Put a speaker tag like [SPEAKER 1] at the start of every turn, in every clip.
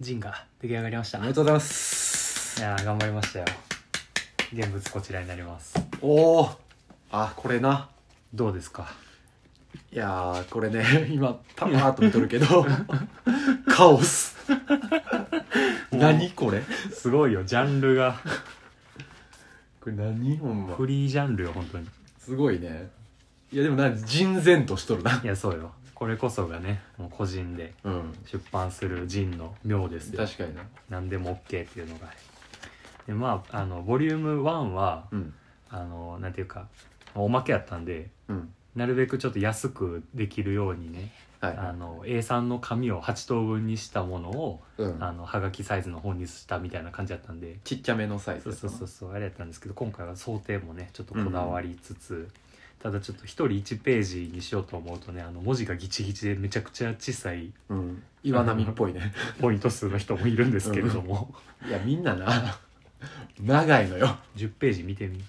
[SPEAKER 1] ジンが出来上がりました
[SPEAKER 2] おめでとうございます
[SPEAKER 1] いやー頑張りましたよ現物こちらになります
[SPEAKER 2] おおあこれな
[SPEAKER 1] どうですか
[SPEAKER 2] いやーこれね 今パパーっと見とるけ どカオス 何これ
[SPEAKER 1] すごいよジャンルが
[SPEAKER 2] これ何ほんま
[SPEAKER 1] フリージャンルよ本当に
[SPEAKER 2] すごいねいやでもな人然としとるない
[SPEAKER 1] やそうよこれこそがねもう個人で
[SPEAKER 2] うん
[SPEAKER 1] 出版するジンの妙ですよ
[SPEAKER 2] 確かにな
[SPEAKER 1] 何でも OK っていうのがでまああのボリューム1は
[SPEAKER 2] うん
[SPEAKER 1] あのなんていうかおまけやったんで
[SPEAKER 2] うん
[SPEAKER 1] なるべくちょっと安くできるようにね
[SPEAKER 2] はい
[SPEAKER 1] あの A さんの紙を8等分にしたものを
[SPEAKER 2] うん
[SPEAKER 1] あのはがきサイズの本にしたみたいな感じだったんで
[SPEAKER 2] ちっちゃめのサイズ
[SPEAKER 1] そう
[SPEAKER 2] やっ
[SPEAKER 1] そ
[SPEAKER 2] た
[SPEAKER 1] う
[SPEAKER 2] な
[SPEAKER 1] そうそうあれやったんですけど今回は想定もねちょっとこだわりつつ、ただちょっと1人1ページにしようと思うとねあの文字がギチギチでめちゃくちゃ小さい
[SPEAKER 2] うん岩波っぽい ね
[SPEAKER 1] ポイント数の人もいるんですけれども、
[SPEAKER 2] いやみんなな長いのよ
[SPEAKER 1] 10ページ見てみ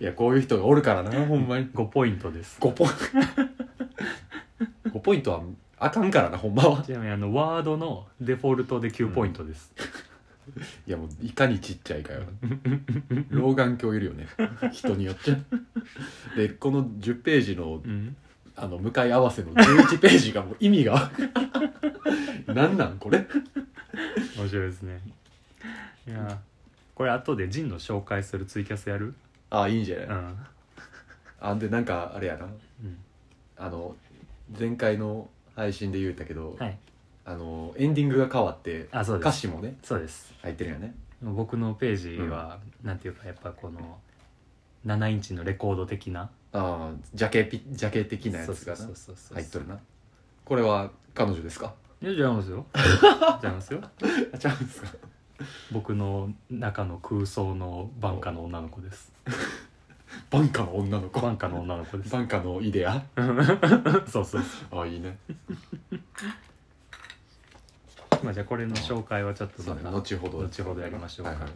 [SPEAKER 2] いやこういう人がおるからなほんまに
[SPEAKER 1] 5ポイントです
[SPEAKER 2] 5ポイント5ポイントはあかんからなほんまは
[SPEAKER 1] ちなみにあのワードのデフォルトで9ポイントです、
[SPEAKER 2] いやもういかにちっちゃいかよ老眼鏡いるよね人によっちゃでこの10ページの
[SPEAKER 1] うん
[SPEAKER 2] あの向かい合わせの11ページがもう意味がなんなんこれ
[SPEAKER 1] 面白いですねいやこれ後でジンの紹介するツイキャスやる
[SPEAKER 2] あいいんじゃない、
[SPEAKER 1] うん、
[SPEAKER 2] あでなんかあれやな
[SPEAKER 1] うん、
[SPEAKER 2] あの前回の配信で言うたけど、
[SPEAKER 1] はい
[SPEAKER 2] あのエンディングが変わって
[SPEAKER 1] あそうで
[SPEAKER 2] 歌
[SPEAKER 1] す
[SPEAKER 2] 詞もね
[SPEAKER 1] そうです
[SPEAKER 2] 入ってるよね
[SPEAKER 1] 僕のページは、なんていうかやっぱこの7インチのレコード的な
[SPEAKER 2] ああジャケピジャケ的なやつがな
[SPEAKER 1] そうそうそうそう
[SPEAKER 2] 入っとるなこれは彼女ですか
[SPEAKER 1] いや違い ますよ違いますよ
[SPEAKER 2] あちゃうんですか
[SPEAKER 1] 僕の中の空想のバンカの女の子です
[SPEAKER 2] バンカの女の子
[SPEAKER 1] バンカの女の子です
[SPEAKER 2] バンカのイデア
[SPEAKER 1] そうそうそう
[SPEAKER 2] あいいね
[SPEAKER 1] まあじゃあこれの紹介はちょっと
[SPEAKER 2] そう
[SPEAKER 1] ま
[SPEAKER 2] ね
[SPEAKER 1] た
[SPEAKER 2] 後ほど
[SPEAKER 1] 後ほどやりましょう
[SPEAKER 2] はいはい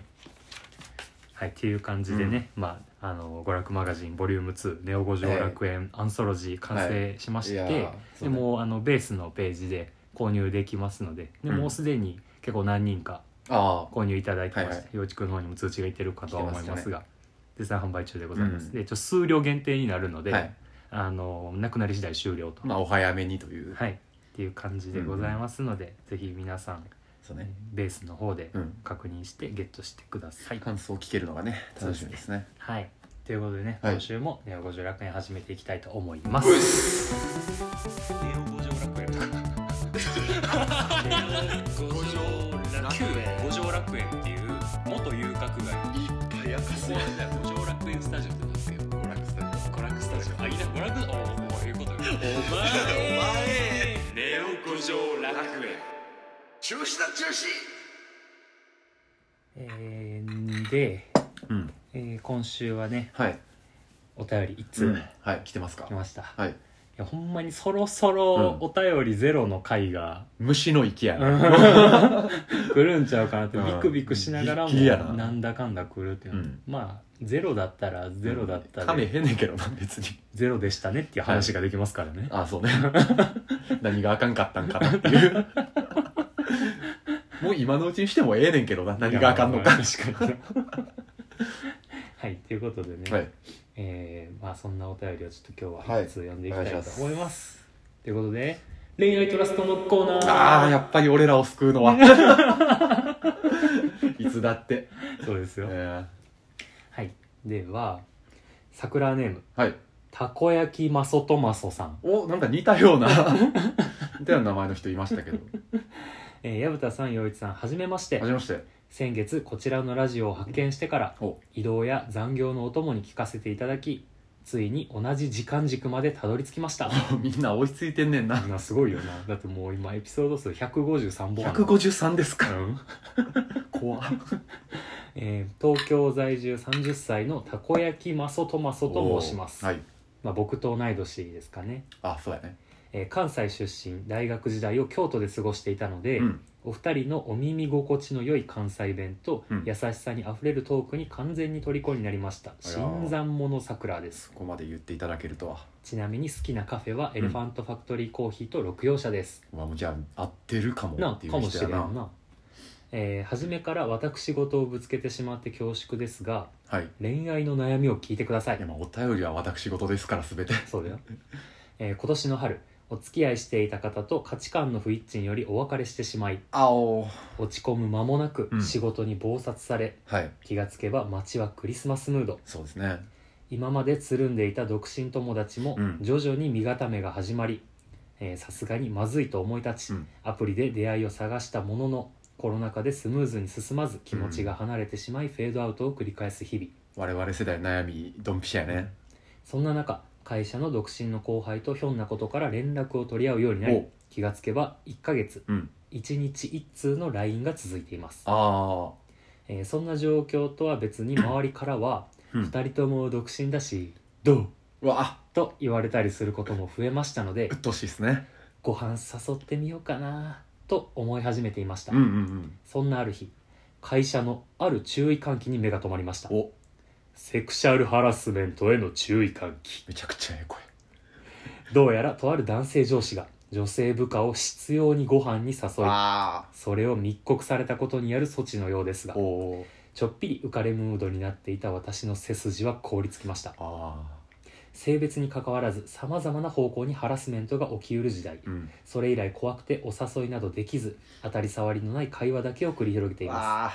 [SPEAKER 1] はいっていう感じでね、まああの娯楽マガジンボリューム2ネオ五条楽園、アンソロジー完成しまして、
[SPEAKER 2] はいいやーそう
[SPEAKER 1] で
[SPEAKER 2] ね
[SPEAKER 1] もうあのベースのページで購入できますのでで
[SPEAKER 2] うん
[SPEAKER 1] もうすでに結構何人か
[SPEAKER 2] ああ
[SPEAKER 1] 購入いただいてまして、
[SPEAKER 2] はいはい
[SPEAKER 1] 陽一くんの方にも通知がいってるかとは思いま
[SPEAKER 2] 来てますす
[SPEAKER 1] が絶賛販売中でございます、
[SPEAKER 2] うん
[SPEAKER 1] でちょ数量限定になるので、
[SPEAKER 2] はい
[SPEAKER 1] あのなくなり次第終了と、
[SPEAKER 2] まあお早めにという
[SPEAKER 1] はいっていう感じでございますので、ぜひ皆さん
[SPEAKER 2] そうね
[SPEAKER 1] ベースの方で
[SPEAKER 2] うん
[SPEAKER 1] 確認してゲットしてください、
[SPEAKER 2] 感想を聞けるのがね楽しみですね
[SPEAKER 1] はいということでね、
[SPEAKER 2] はい
[SPEAKER 1] 今週も「ネオ五条楽園」始めていきたいと思います
[SPEAKER 2] うっ
[SPEAKER 1] ネオ五条楽園五条楽園っていう元遊郭街
[SPEAKER 2] 早かす
[SPEAKER 1] 五条楽園スタジオってなってる娯楽スタジオあいいな娯楽おおおいうことお前お前ネオ五条楽園
[SPEAKER 3] 中止だ中止
[SPEAKER 1] えー、で、
[SPEAKER 2] うん
[SPEAKER 1] えー、今週はね
[SPEAKER 2] はい
[SPEAKER 1] お便り一
[SPEAKER 2] う
[SPEAKER 1] 通
[SPEAKER 2] んはい来てますか
[SPEAKER 1] 来ました、い
[SPEAKER 2] はい
[SPEAKER 1] やほんまにそろそろお便りゼロの回 が、
[SPEAKER 2] 虫の息やね
[SPEAKER 1] 来るんちゃうかなって
[SPEAKER 2] うん
[SPEAKER 1] ビクビクしながらも
[SPEAKER 2] びっきりやな
[SPEAKER 1] なんだかんだ来るっていうの、
[SPEAKER 2] うん
[SPEAKER 1] まあゼロだったらゼロだった
[SPEAKER 2] 噛め
[SPEAKER 1] で
[SPEAKER 2] へんねんけどな別に
[SPEAKER 1] ゼロでしたねっていう話ができますからね、
[SPEAKER 2] あそうね 何があかんかったんかなっ ていうもう今のうちにしてもええねんけどな何があかんのか
[SPEAKER 1] いやまあ確かに はいということでね、
[SPEAKER 2] はい
[SPEAKER 1] えーまあそんなお便りをちょっと今日は
[SPEAKER 2] はい
[SPEAKER 1] 一通読んでいきたい
[SPEAKER 2] お願い
[SPEAKER 1] と
[SPEAKER 2] します
[SPEAKER 1] 思います。ということで、恋愛トラストのコーナー
[SPEAKER 2] ああやっぱり俺らを救う のはいつだって、
[SPEAKER 1] そうですよ。
[SPEAKER 2] え
[SPEAKER 1] はい。では、桜ネーム、
[SPEAKER 2] ーはい
[SPEAKER 1] たこ焼きまそとまそさん。
[SPEAKER 2] おなんか似 たような似たような名前の人いましたけど
[SPEAKER 1] えー、矢蓋さん、洋一さん、はじめまして
[SPEAKER 2] は。じめまして
[SPEAKER 1] 先月、こちらのラジオを発見してから、
[SPEAKER 2] お
[SPEAKER 1] 移動や残業のお供に聞かせていただき、ついに同じ時間軸までたどり着きま した。
[SPEAKER 2] みんな追いついてんねんな
[SPEAKER 1] なすごいよな。だってもう今、エピソード数153本ある。
[SPEAKER 2] 153ですか
[SPEAKER 1] うん
[SPEAKER 2] 怖っ
[SPEAKER 1] えー東京在住30歳のたこ焼きまそとまそと申します、
[SPEAKER 2] はい
[SPEAKER 1] まあ、僕と同い年ですかね、
[SPEAKER 2] あそうやね
[SPEAKER 1] えー関西出身大学時代を京都で過ごしていたので、
[SPEAKER 2] うん
[SPEAKER 1] お二人のお耳心地の良い関西弁と、
[SPEAKER 2] うん
[SPEAKER 1] 優しさにあふれるトークに完全に虜になりました
[SPEAKER 2] ら
[SPEAKER 1] 新参者桜です
[SPEAKER 2] そこまで言っていただけるとは
[SPEAKER 1] ちなみに好きなカフェはエレファントファクトリーコーヒーと六葉社です、
[SPEAKER 2] まあもうじゃあ合ってるかも
[SPEAKER 1] な
[SPEAKER 2] ってい
[SPEAKER 1] か
[SPEAKER 2] う
[SPEAKER 1] もしれ
[SPEAKER 2] 人
[SPEAKER 1] ん
[SPEAKER 2] やな
[SPEAKER 1] な、えー初めから私事をぶつけてしまって恐縮ですが
[SPEAKER 2] はい
[SPEAKER 1] 恋愛の悩みを聞いてください
[SPEAKER 2] いやまあお便りは私事ですから全て
[SPEAKER 1] そうだよ、えー今年の春お付き合いしていた方と価値観の不一致によりお別れしてしまい
[SPEAKER 2] あお
[SPEAKER 1] 落ち込む間もなく
[SPEAKER 2] うん
[SPEAKER 1] 仕事に忙殺され、
[SPEAKER 2] はい
[SPEAKER 1] 気がつけば街はクリスマスムード
[SPEAKER 2] そうですね
[SPEAKER 1] 今までつるんでいた独身友達も
[SPEAKER 2] うん
[SPEAKER 1] 徐々に身固めが始まりえーさすがにまずいと思い立ち、
[SPEAKER 2] うん
[SPEAKER 1] アプリで出会いを探したもののコロナ禍でスムーズに進まず気持ちが離れてしまいフェードアウトを繰り返す日々
[SPEAKER 2] 我々世代悩みドンピシャやね
[SPEAKER 1] そんな中会社の独身の後輩とひょんなことから連絡を取り合うようになり
[SPEAKER 2] お
[SPEAKER 1] 気がつけば1ヶ月
[SPEAKER 2] うん
[SPEAKER 1] 1日1通の LINE が続いています、
[SPEAKER 2] あ
[SPEAKER 1] えーそんな状況とは別に周りからは
[SPEAKER 2] あうん
[SPEAKER 1] 2人とも独身だしどう
[SPEAKER 2] うわあ
[SPEAKER 1] と言われたりすることも増えましたので
[SPEAKER 2] うっとうしいっすね
[SPEAKER 1] ご飯誘ってみようかなと思い始めていました、
[SPEAKER 2] うんうんうん
[SPEAKER 1] そんなある日会社のある注意喚起に目が留まりました
[SPEAKER 2] お
[SPEAKER 1] セクシャルハラスメントへの注意喚起
[SPEAKER 2] めちゃくちゃええ声
[SPEAKER 1] どうやらとある男性上司が女性部下を執拗にご飯に誘い
[SPEAKER 2] あ
[SPEAKER 1] それを密告されたことによる措置のようですが
[SPEAKER 2] おお
[SPEAKER 1] ちょっぴり浮かれムードになっていた私の背筋は凍りつきました
[SPEAKER 2] あ
[SPEAKER 1] 性別に関わらず様々な方向にハラスメントが起きうる時代
[SPEAKER 2] あうん
[SPEAKER 1] それ以来怖くてお誘いなどできず当たり障りのない会話だけを繰り広げていま
[SPEAKER 2] ああ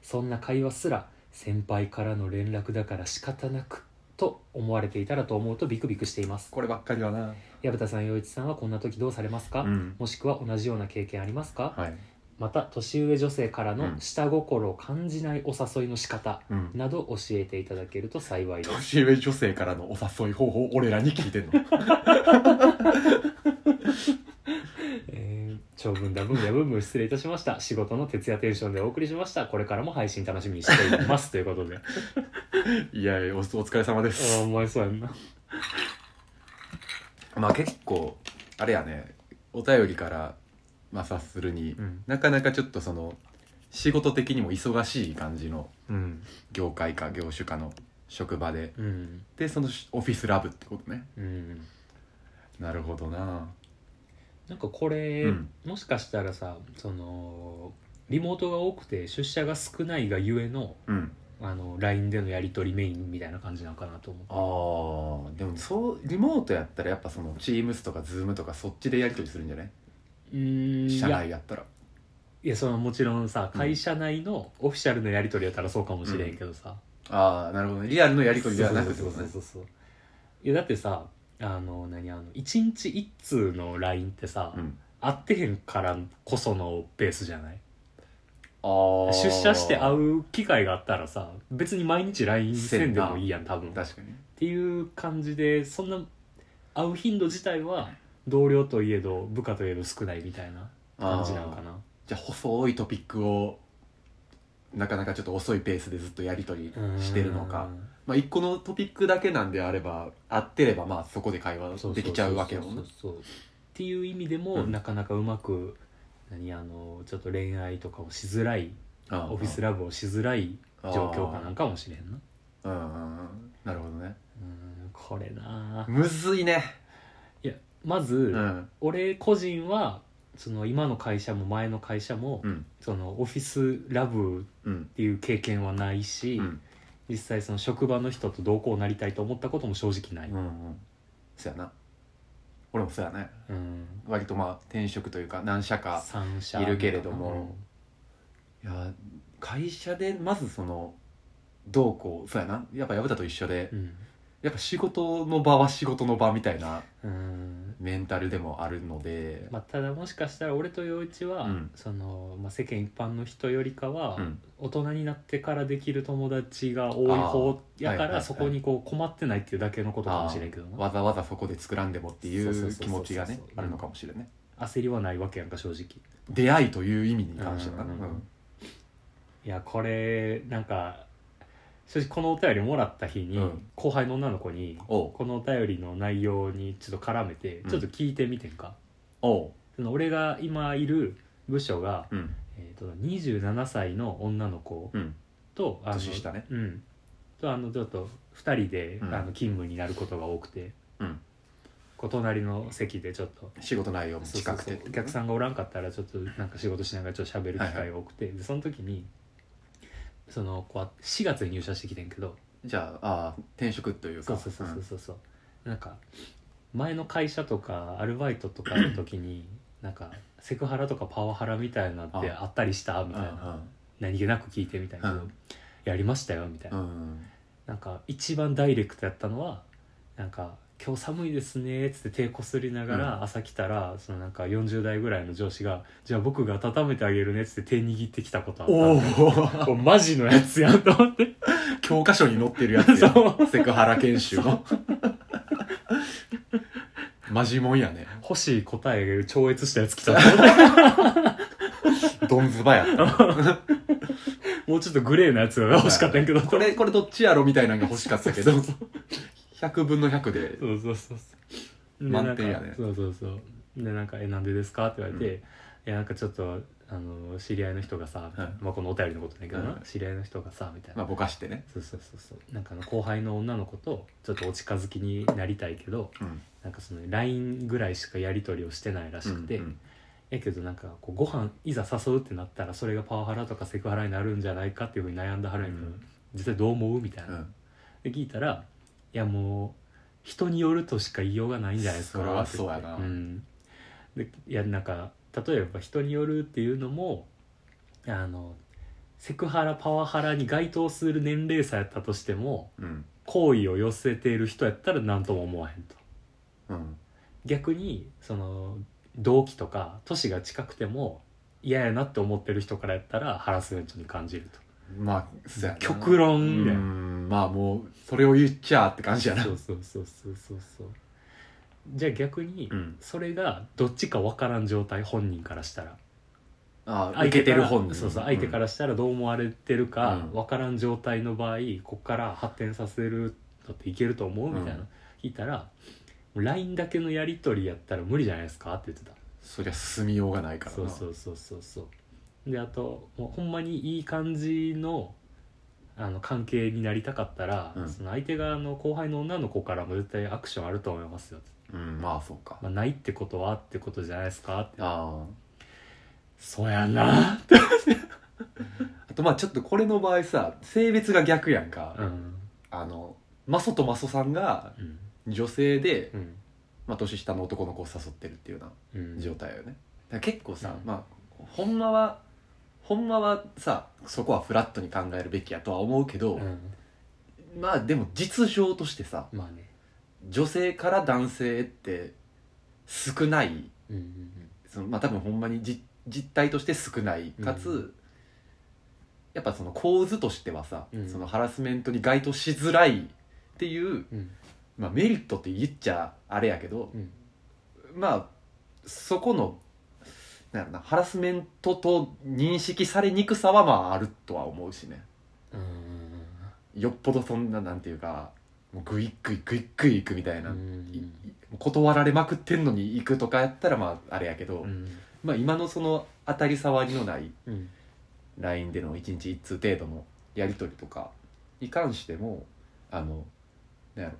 [SPEAKER 1] すそんな会話すら先輩からの連絡だから仕方なくと思われていたらと思うとビクビクしています
[SPEAKER 2] こればっかりはな
[SPEAKER 1] 矢田さん陽一さんはこんな時どうされますか、
[SPEAKER 2] うん
[SPEAKER 1] もしくは同じような経験ありますか、
[SPEAKER 2] はい
[SPEAKER 1] また年上女性から
[SPEAKER 2] う
[SPEAKER 1] の
[SPEAKER 2] ん
[SPEAKER 1] 下心を感じないお誘いの仕方
[SPEAKER 2] うん
[SPEAKER 1] など教えていただけると幸いです
[SPEAKER 2] 年上女性からのお誘い方法俺らに聞いてん の
[SPEAKER 1] えー長文だ文や文文失礼いたしました仕事の徹夜テンションでお送りしましたこれからも配信楽しみにしています ということで
[SPEAKER 2] いやいやおお疲れ様で
[SPEAKER 1] ああ
[SPEAKER 2] す
[SPEAKER 1] お前そうやんな
[SPEAKER 2] まあ結構あれやねお便りからまあ察するに、
[SPEAKER 1] うん
[SPEAKER 2] なかなかちょっとその仕事的にも忙しい感じの
[SPEAKER 1] うん
[SPEAKER 2] 業界か業種かの職場で
[SPEAKER 1] うん
[SPEAKER 2] でそのしオフィスラブってことね
[SPEAKER 1] うん
[SPEAKER 2] なるほどな
[SPEAKER 1] なんかこれ、
[SPEAKER 2] うん
[SPEAKER 1] もしかしたらさそのリモートが多くて出社が少ないがゆえの
[SPEAKER 2] うん
[SPEAKER 1] あの LINE でのやり取りメインみたいな感じなのかなと思う
[SPEAKER 2] あーでもそうリモートやったらやっぱその Teams とか Zoom とかそっちでやり取りするんじゃないう
[SPEAKER 1] ーんい
[SPEAKER 2] 社
[SPEAKER 1] や
[SPEAKER 2] 内やったら
[SPEAKER 1] いやそのもちろんさ
[SPEAKER 2] うん
[SPEAKER 1] 会社内のオフィシャルのやり取りやったらそうかもしれんけどさ、
[SPEAKER 2] ああなるほどねリアルのやり取りではなくって
[SPEAKER 1] そ
[SPEAKER 2] こ
[SPEAKER 1] う
[SPEAKER 2] と
[SPEAKER 1] そう
[SPEAKER 2] ね
[SPEAKER 1] そうそういやだってさあの何あの一日一通の LINE ってさ、
[SPEAKER 2] うん
[SPEAKER 1] 会ってへんからこそのベースじゃない
[SPEAKER 2] あー
[SPEAKER 1] 出社して会う機会があったらさ別に毎日 LINE せんでもいいやん多分っ
[SPEAKER 2] 確かに
[SPEAKER 1] ていう感じでそんな会う頻度自体は同僚といえど部下といえど少ないみたいな感じなのかな
[SPEAKER 2] じゃあ細いトピックをなかなかちょっと遅いペースでずっとやり取りしてるのかまあ、一個のトピックだけなんであれば合ってればまあそこで会
[SPEAKER 1] う
[SPEAKER 2] 話
[SPEAKER 1] んそうそうそうそう
[SPEAKER 2] できちゃうわけやもんね
[SPEAKER 1] そうっていう意味でも、
[SPEAKER 2] うん
[SPEAKER 1] なかなかうまく何あのちょっと恋愛とかをしづらいオ
[SPEAKER 2] オ
[SPEAKER 1] フィスラブをしづらい状況かなんんかもしれんな
[SPEAKER 2] うんうんうんなるほどね
[SPEAKER 1] うんこれなあ
[SPEAKER 2] むずいね
[SPEAKER 1] まず、
[SPEAKER 2] うん
[SPEAKER 1] 俺個人はその今の会社も前の会社も、
[SPEAKER 2] うん
[SPEAKER 1] そのオフィスラブ
[SPEAKER 2] うん
[SPEAKER 1] っていう経験はないし、
[SPEAKER 2] うん
[SPEAKER 1] 実際その職場の人と同行なりたいと思ったことも正直ない、
[SPEAKER 2] うんうんそやな俺もそやね
[SPEAKER 1] うん
[SPEAKER 2] 割とまあ転職というか何社か
[SPEAKER 1] 三社
[SPEAKER 2] いるけれどもいや会社でまずそのどうこうそうやなやっぱ薮田と一緒で
[SPEAKER 1] うん、
[SPEAKER 2] やっぱ仕事の場は仕事の場みたいな
[SPEAKER 1] うん
[SPEAKER 2] メンタルでもあるので、
[SPEAKER 1] まあ、ただもしかしたら俺と陽一は、
[SPEAKER 2] うん
[SPEAKER 1] そのまあ、世間一般の人よりかは、
[SPEAKER 2] うん
[SPEAKER 1] 大人になってからできる友達が多い方やから、
[SPEAKER 2] あーはいはいはい
[SPEAKER 1] そこにこう困ってないっていうだけのことかもしれんけどな
[SPEAKER 2] わざわざそこで作らんでもってい
[SPEAKER 1] そうそうそう
[SPEAKER 2] う
[SPEAKER 1] そう
[SPEAKER 2] 気持ちがね
[SPEAKER 1] うん
[SPEAKER 2] あるのかもしれない
[SPEAKER 1] 焦りはないわけやんか正直
[SPEAKER 2] 出会いという意味に関してはな
[SPEAKER 1] うん
[SPEAKER 2] うん
[SPEAKER 1] いやこれなんか正直このお便りもらった日に、
[SPEAKER 2] うん
[SPEAKER 1] 後輩の女の子に
[SPEAKER 2] おう
[SPEAKER 1] このお便りの内容にちょっと絡めて
[SPEAKER 2] うん
[SPEAKER 1] ちょっと聞いてみてんか、
[SPEAKER 2] おう
[SPEAKER 1] その俺が今いる部署が、
[SPEAKER 2] うん
[SPEAKER 1] えー、と27歳の女の子
[SPEAKER 2] うん
[SPEAKER 1] と、あの
[SPEAKER 2] 年下ね
[SPEAKER 1] うんとあのちょっと2人で、
[SPEAKER 2] うん
[SPEAKER 1] あの勤務になることが多くて、
[SPEAKER 2] うん
[SPEAKER 1] こう隣の席でちょっと
[SPEAKER 2] 仕事内容も近くて
[SPEAKER 1] そうそうそうお客さんがおらんかったらちょっとなんか仕事しながらちょっと喋る機会が多くて、でその時にそのこう4月に入社してきてんけど
[SPEAKER 2] じゃああー転職という
[SPEAKER 1] そ
[SPEAKER 2] か
[SPEAKER 1] うそうそうそうそうそうなんか前の会社とかアルバイトとかの時になんかセクハラとかパワハラみたいなってあったりしたみ
[SPEAKER 2] うん
[SPEAKER 1] た
[SPEAKER 2] う
[SPEAKER 1] い
[SPEAKER 2] ん
[SPEAKER 1] な何気なく聞いてみたいなけど
[SPEAKER 2] うん
[SPEAKER 1] やりましたよみたい
[SPEAKER 2] うんう
[SPEAKER 1] なんなんか一番ダイレクトやったのはなんか「今日寒いですね」っつって手こすりながら朝来たらそのなんか40代ぐらいの上司が「じゃあ僕が温めてあげるね」っつって手握ってきたことあった
[SPEAKER 2] おお
[SPEAKER 1] のこうマジのやつやんと思って
[SPEAKER 2] 教科書に載ってるやつや
[SPEAKER 1] そう
[SPEAKER 2] セクハラ研修のマジもんやね
[SPEAKER 1] 欲しい答えを超越したやつ来たと 思って
[SPEAKER 2] ドンズバやった
[SPEAKER 1] もうちょっとグレーなやつが 欲しかったんやけど
[SPEAKER 2] これこれどっちやろみたいなのが欲しかったけど
[SPEAKER 1] そうそ
[SPEAKER 2] 100分の100で
[SPEAKER 1] そうそうそうそうで
[SPEAKER 2] 満点やね
[SPEAKER 1] なんかそうそうそうでなんか「えなんでですか?」って言われて「
[SPEAKER 2] う
[SPEAKER 1] いやなんかちょっとあの知り合いの人がさ、
[SPEAKER 2] はい
[SPEAKER 1] まあ、このお便りのことだけどな、
[SPEAKER 2] はい
[SPEAKER 1] 知り合いの人がさ」みたいな、
[SPEAKER 2] まあぼかしてね
[SPEAKER 1] そうそうそうそうなんかあの後輩の女の子とちょっとお近づきになりたいけど
[SPEAKER 2] うん
[SPEAKER 1] なんかその LINE ぐらいしかやり取りをしてないらしくて、
[SPEAKER 2] うん
[SPEAKER 1] やけどなんかこうご飯いざ誘うってなったらそれがパワハラとかセクハラになるんじゃないかっていうふうに悩んだはるんやけど、
[SPEAKER 2] うん
[SPEAKER 1] 実際どう思うみたいな、
[SPEAKER 2] うん
[SPEAKER 1] で聞いたら「いやもう人によるとしか言いようがないんじゃないですか」
[SPEAKER 2] それは
[SPEAKER 1] って言って、
[SPEAKER 2] そうやなん
[SPEAKER 1] でいやなんか例えば人によるっていうのもあのセクハラパワハラに該当する年齢差やったとしても
[SPEAKER 2] うん
[SPEAKER 1] 好意を寄せている人やったら何とも思わへんと
[SPEAKER 2] うん
[SPEAKER 1] 逆にその同期とか年が近くても嫌やなって思ってる人からやったらハラスメントに感じると
[SPEAKER 2] まあそうやな
[SPEAKER 1] 極論
[SPEAKER 2] う
[SPEAKER 1] みたいなん
[SPEAKER 2] まあもうそれを言っちゃあって感じやな
[SPEAKER 1] そうそうそうそうそうそうじゃあ逆に、
[SPEAKER 2] うん
[SPEAKER 1] それがどっちか分からん状態本人からしたら
[SPEAKER 2] ああ受けてる本人
[SPEAKER 1] そうそう相手からしたらどう思われてるか
[SPEAKER 2] うん
[SPEAKER 1] 分からん状態の場合こっから発展させるのっていけると思うみたいな、
[SPEAKER 2] うん
[SPEAKER 1] 聞いたら「もう LINE だけのやり取りやったら無理じゃないですか」って言ってた
[SPEAKER 2] そりゃ進みようがないからな
[SPEAKER 1] そうそうそうそうそうであともうほんまにいい感じのあの関係になりたかったら、
[SPEAKER 2] うん
[SPEAKER 1] その相手側の後輩の女の子からも絶対アクションあると思いますよって
[SPEAKER 2] うんまあそうか
[SPEAKER 1] まあ、ないってことはってことじゃないですかって
[SPEAKER 2] ああ
[SPEAKER 1] そうやな
[SPEAKER 2] あとまあちょっとこれの場合さ性別が逆やんか、
[SPEAKER 1] うん
[SPEAKER 2] あのマソとマソさんが
[SPEAKER 1] うん
[SPEAKER 2] 女性で、
[SPEAKER 1] うん
[SPEAKER 2] まあ、年下の男の子を誘ってるっていうよう
[SPEAKER 1] うん
[SPEAKER 2] な状態よね、だから結構さ、
[SPEAKER 1] うん
[SPEAKER 2] まあほんまはほんまはさそこはフラットに考えるべきやとは思うけど、
[SPEAKER 1] うん
[SPEAKER 2] まあでも実情としてさ
[SPEAKER 1] まあね
[SPEAKER 2] 女性から男性って少ない
[SPEAKER 1] うんうん
[SPEAKER 2] そのまあ多分ほんまにじ実態として少ないかつ、
[SPEAKER 1] うん
[SPEAKER 2] やっぱその構図としてはさ、
[SPEAKER 1] うん
[SPEAKER 2] そのハラスメントに該当しづらいっていう、
[SPEAKER 1] うんうん
[SPEAKER 2] まあ、メリットって言っちゃあれやけど、
[SPEAKER 1] うん
[SPEAKER 2] まあそこのなんやろなハラスメントと認識されにくさはまああるとは思うしね
[SPEAKER 1] うん
[SPEAKER 2] よっぽどそんななんていうかもうグイッグイグイッグイ行くみたいな、
[SPEAKER 1] うん
[SPEAKER 2] いい断られまくってんのに行くとかやったらまああれやけど、
[SPEAKER 1] うん
[SPEAKER 2] まあ、今のその当たり障りのない
[SPEAKER 1] うん
[SPEAKER 2] LINE での1日1通程度のやり取りとかに関してもあのなんやろ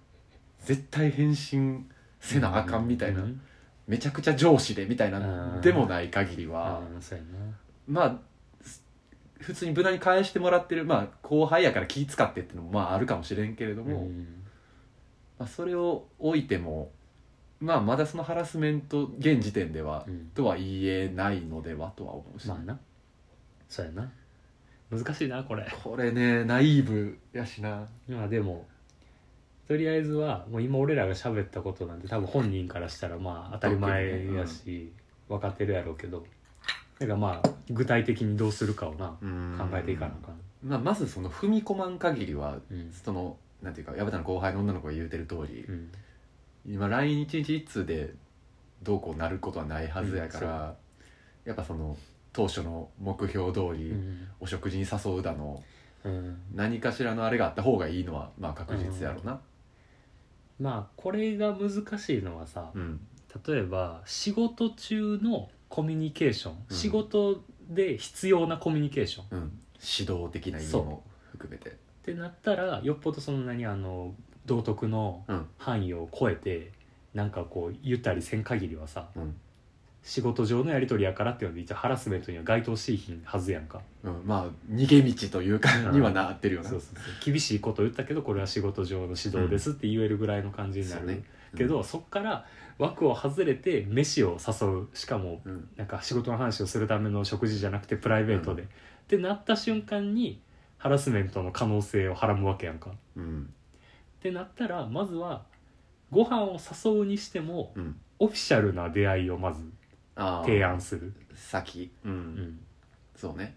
[SPEAKER 2] 絶対返信せなあかんみたいな、
[SPEAKER 1] うん
[SPEAKER 2] めちゃくちゃ上司でみたいな
[SPEAKER 1] うん
[SPEAKER 2] でもない限りは
[SPEAKER 1] あ、あそうやな
[SPEAKER 2] まあす普通に無駄に返してもらってる、まあ、後輩やから気使ってっていうのもまああるかもしれんけれども、
[SPEAKER 1] うん
[SPEAKER 2] まあ、それを置いても、まあ、まだそのハラスメント現時点では、
[SPEAKER 1] うん
[SPEAKER 2] とは言えないのではとは思うし、
[SPEAKER 1] まあなそうやな難しいなこれ
[SPEAKER 2] これねナイーブやしな
[SPEAKER 1] まあでもとりあえずはもう今俺らが喋ったことなんで多分本人からしたらまあ当たり前やし分かってるやろうけどだからまあ具体的にどうするかをな考えていかなあかん
[SPEAKER 2] まあ、まずその踏み込まん限りは
[SPEAKER 1] うん
[SPEAKER 2] そのなんていうか矢端の後輩の女の子が言うてる通り
[SPEAKER 1] う、ん
[SPEAKER 2] 今 LINE1 日1通でどうこうなることはないはずやから、やっぱその当初の目標通り、
[SPEAKER 1] うん
[SPEAKER 2] お食事に誘うだの
[SPEAKER 1] うん
[SPEAKER 2] 何かしらのあれがあった方がいいのはまあ確実やろうな
[SPEAKER 1] まあこれが難しいのはさ、
[SPEAKER 2] うん
[SPEAKER 1] 例えば仕事中のコミュニケーション、
[SPEAKER 2] うん
[SPEAKER 1] 仕事で必要なコミュニケーションっ
[SPEAKER 2] うん指導的な意味も含めて
[SPEAKER 1] てなったらよっぽどそんなにあの道徳の
[SPEAKER 2] うん
[SPEAKER 1] 範囲を超えてなんかこう言ったりせん限りはさ
[SPEAKER 2] うん、
[SPEAKER 1] 仕事上のやり取りやからっていうので一応ハラスメントには該当しいひんはずやんか
[SPEAKER 2] うん、まあ逃げ道というか
[SPEAKER 1] うん
[SPEAKER 2] にはなってるよ
[SPEAKER 1] そう
[SPEAKER 2] な
[SPEAKER 1] そうそう厳しいこと言ったけどこれは仕事上の指導ですって言えるぐらいの感じにな
[SPEAKER 2] そう
[SPEAKER 1] る、
[SPEAKER 2] ね
[SPEAKER 1] けどそっから枠を外れて飯を誘うしかも
[SPEAKER 2] うん
[SPEAKER 1] なんか仕事の話をするための食事じゃなくてプライベートで、ってなった瞬間にハラスメントの可能性をはらむわけやんか。っ
[SPEAKER 2] うん
[SPEAKER 1] てなったらまずはご飯を誘うにしても
[SPEAKER 2] うん
[SPEAKER 1] オフィシャルな出会いをまず
[SPEAKER 2] ああ
[SPEAKER 1] 提案する。
[SPEAKER 2] 先う
[SPEAKER 1] うんん
[SPEAKER 2] そうね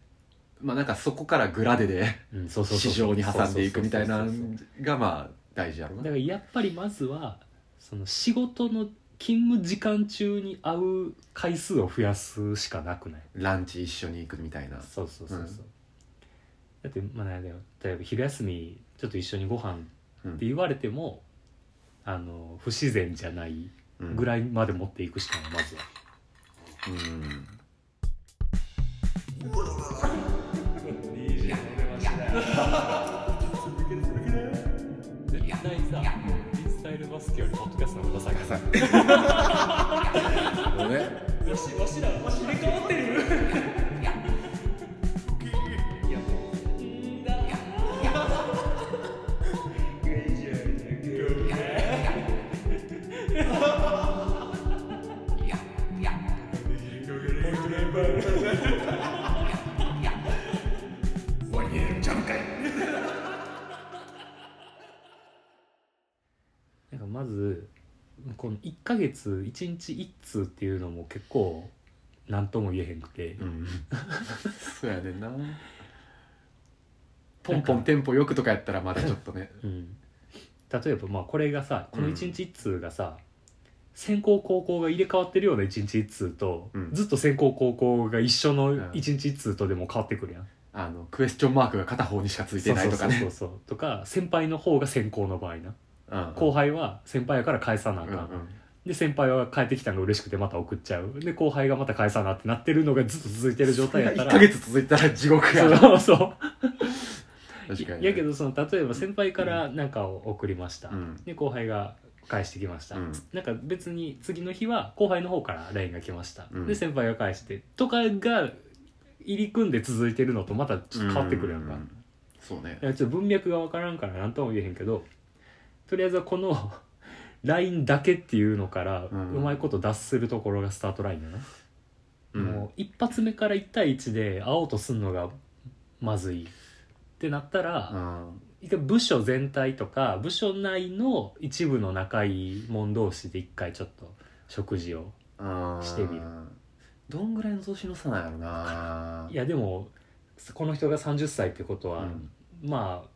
[SPEAKER 2] まあなんかそこからグラデで
[SPEAKER 1] うん、そうそうそう
[SPEAKER 2] 市場に挟んでいくみたい
[SPEAKER 1] そ
[SPEAKER 2] な
[SPEAKER 1] うそうそうそ
[SPEAKER 2] の
[SPEAKER 1] う
[SPEAKER 2] がまあ大事やろう
[SPEAKER 1] だか
[SPEAKER 2] な
[SPEAKER 1] らやっぱりまずはその仕事の勤務時間中に会う回数を増やすしかなくない
[SPEAKER 2] ランチ一緒に行くみたいな
[SPEAKER 1] そうそうそうそう、
[SPEAKER 2] うん
[SPEAKER 1] だってまあなんだよ例えば昼休みちょっと一緒にご飯
[SPEAKER 2] う
[SPEAKER 1] って
[SPEAKER 2] ん
[SPEAKER 1] 言われても、あの不自然じゃない
[SPEAKER 2] うん
[SPEAKER 1] ぐらいまで持っていくしかないまずは
[SPEAKER 2] うん
[SPEAKER 4] 絶対さフリースタイルバスケよりポッドキャストの方がさ
[SPEAKER 2] さもうね
[SPEAKER 4] わしわしらわし入れ替わってる
[SPEAKER 1] なんかまずこの1ヶ月1日1通っていうのも結構何とも言えへんくて、
[SPEAKER 2] うん そうやねんなポンポンテンポよくとかやったらまだちょっとね
[SPEAKER 1] うん、例えばまあこれがさこの1日1通がさ、先行後攻が入れ替わってるような1日1通と、
[SPEAKER 2] うん
[SPEAKER 1] ずっと先行後攻が一緒の1日1通とでも変わってくるやん、
[SPEAKER 2] あのクエスチョンマークが片方にしかついてないとか
[SPEAKER 1] そう
[SPEAKER 2] ね
[SPEAKER 1] そうそうそうとか先輩の方が先行の場合な後
[SPEAKER 2] 後
[SPEAKER 1] 輩は先輩やから返さなあ
[SPEAKER 2] う
[SPEAKER 1] か
[SPEAKER 2] ん
[SPEAKER 1] ん、
[SPEAKER 2] うん
[SPEAKER 1] で先輩は帰ってきたのが嬉しくてまた送っちゃうで後輩がまた返さなってなってるのがずっと続いてる状態やった
[SPEAKER 2] 1
[SPEAKER 1] ら
[SPEAKER 2] ヶ月続いたら地獄や
[SPEAKER 1] そうそう
[SPEAKER 2] 確かにね
[SPEAKER 1] やけどその例えば先輩から何かを送りました、
[SPEAKER 2] うん
[SPEAKER 1] で後輩が返してきました、
[SPEAKER 2] うん
[SPEAKER 1] なんか別に次の日は後輩の方から LINE が来ました、
[SPEAKER 2] うん
[SPEAKER 1] で先輩が返してとかが入り組んで続いてるのとまたちょっと変わってくるやんか,、
[SPEAKER 2] うそうね
[SPEAKER 1] いやちょっと文脈が分からんから何とも言えへんけどとりあえずはこの LINE だけっていうのからう
[SPEAKER 2] うん
[SPEAKER 1] まいこと脱するところがスタートラインだな、
[SPEAKER 2] うん
[SPEAKER 1] もう一発目から1対1で会おうとすんのがまずいってなったら、
[SPEAKER 2] うん
[SPEAKER 1] 一回部署全体とか部署内の一部の仲いい者同士で一回ちょっと食事を
[SPEAKER 2] うん
[SPEAKER 1] してみる
[SPEAKER 2] どんぐらいの年の差なんやろない
[SPEAKER 1] やでもこの人が30歳ってこと
[SPEAKER 2] う
[SPEAKER 1] は、
[SPEAKER 2] ん
[SPEAKER 1] まあ